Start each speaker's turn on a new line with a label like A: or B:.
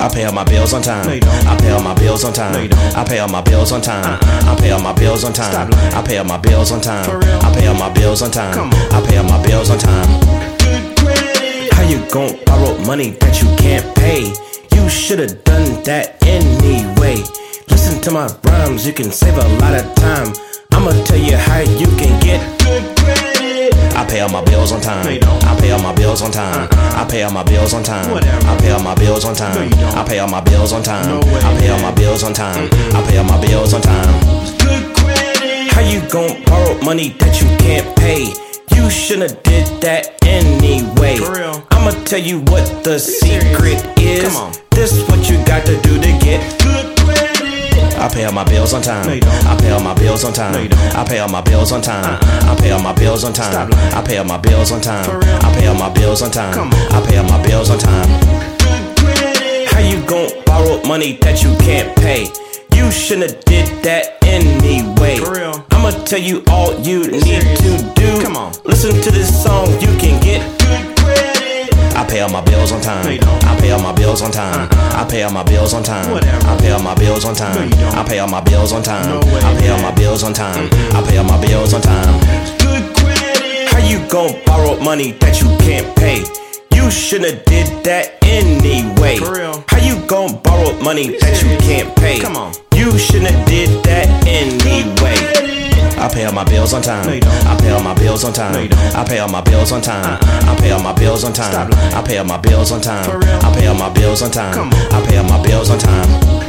A: I pay all my bills on time.
B: No, you don't.
A: I pay all my bills on time.
B: No, you don't.
A: I pay all my bills on time.
B: Uh-uh.
A: I pay all my bills on time.
B: Stop lying.
A: I pay all my bills on time.
B: For real?
A: I pay all my bills on time.
B: Come on.
A: I pay all my bills on time.
B: Good credit.
A: How you gon' borrow money that you can't pay? You should've done that anyway. Listen to my rhymes, you can save a lot of time. I'ma tell you how you can get.
B: Good credit.
A: I pay all my bills on time.
B: No, you don't.
A: I pay all my bills on time.
B: Uh-uh.
A: I pay all my bills on time.
B: Whatever.
A: I pay all my bills on time.
B: No, you don't.
A: I pay all my bills on time.
B: No way,
A: I pay all
B: man.
A: my bills on time. I pay all my bills on time.
B: Good credit.
A: How you gon' borrow money that you can't pay? You shouldn't did that anyway.
B: For real.
A: I'ma tell you what the secret
B: serious?
A: is.
B: Come on.
A: This what you got to do to get.
B: Good credit.
A: I pay all my bills on time.
B: No, you don't.
A: I pay all my bills on time.
B: No, you don't.
A: I pay all my bills on time.
B: Uh-uh.
A: I pay all my bills on time.
B: Stop lying.
A: I pay all my bills on time.
B: For real?
A: I pay all my bills on time.
B: Come on.
A: I pay all my bills on time.
B: Good credit.
A: How you gon' borrow money that you can't pay? You shouldn't have did that anyway.
B: For real.
A: I'ma tell you all you need
B: serious.
A: to do.
B: Come on.
A: Listen to this song, you can get.
B: Good credit.
A: I pay all my bills on time.
B: No, you don't.
A: I pay all my bills on time.
B: Uh-uh.
A: I pay all my bills on time.
B: Whatever.
A: I pay all my bills on time.
B: No, you don't.
A: I pay all my bills on time.
B: No way,
A: I pay all
B: man.
A: my bills on time. I pay all my bills on time.
B: Good credit.
A: How you gon' borrow money that you can't pay? You shouldn't have did that anyway.
B: For real.
A: How you gon' borrow money that you
B: serious.
A: can't pay?
B: Come on.
A: You shouldn't have did that anyway.
B: Credit.
A: I pay all my bills on time.
B: No, you don't.
A: I pay all my bills on time.
B: No, you don't.
A: I pay all my bills on time.
B: Uh-uh.
A: I pay all my bills on time.
B: Stop lying.
A: I pay all my bills on time.
B: For real?
A: I pay all my bills on time.
B: Come on.
A: I pay all my bills on time.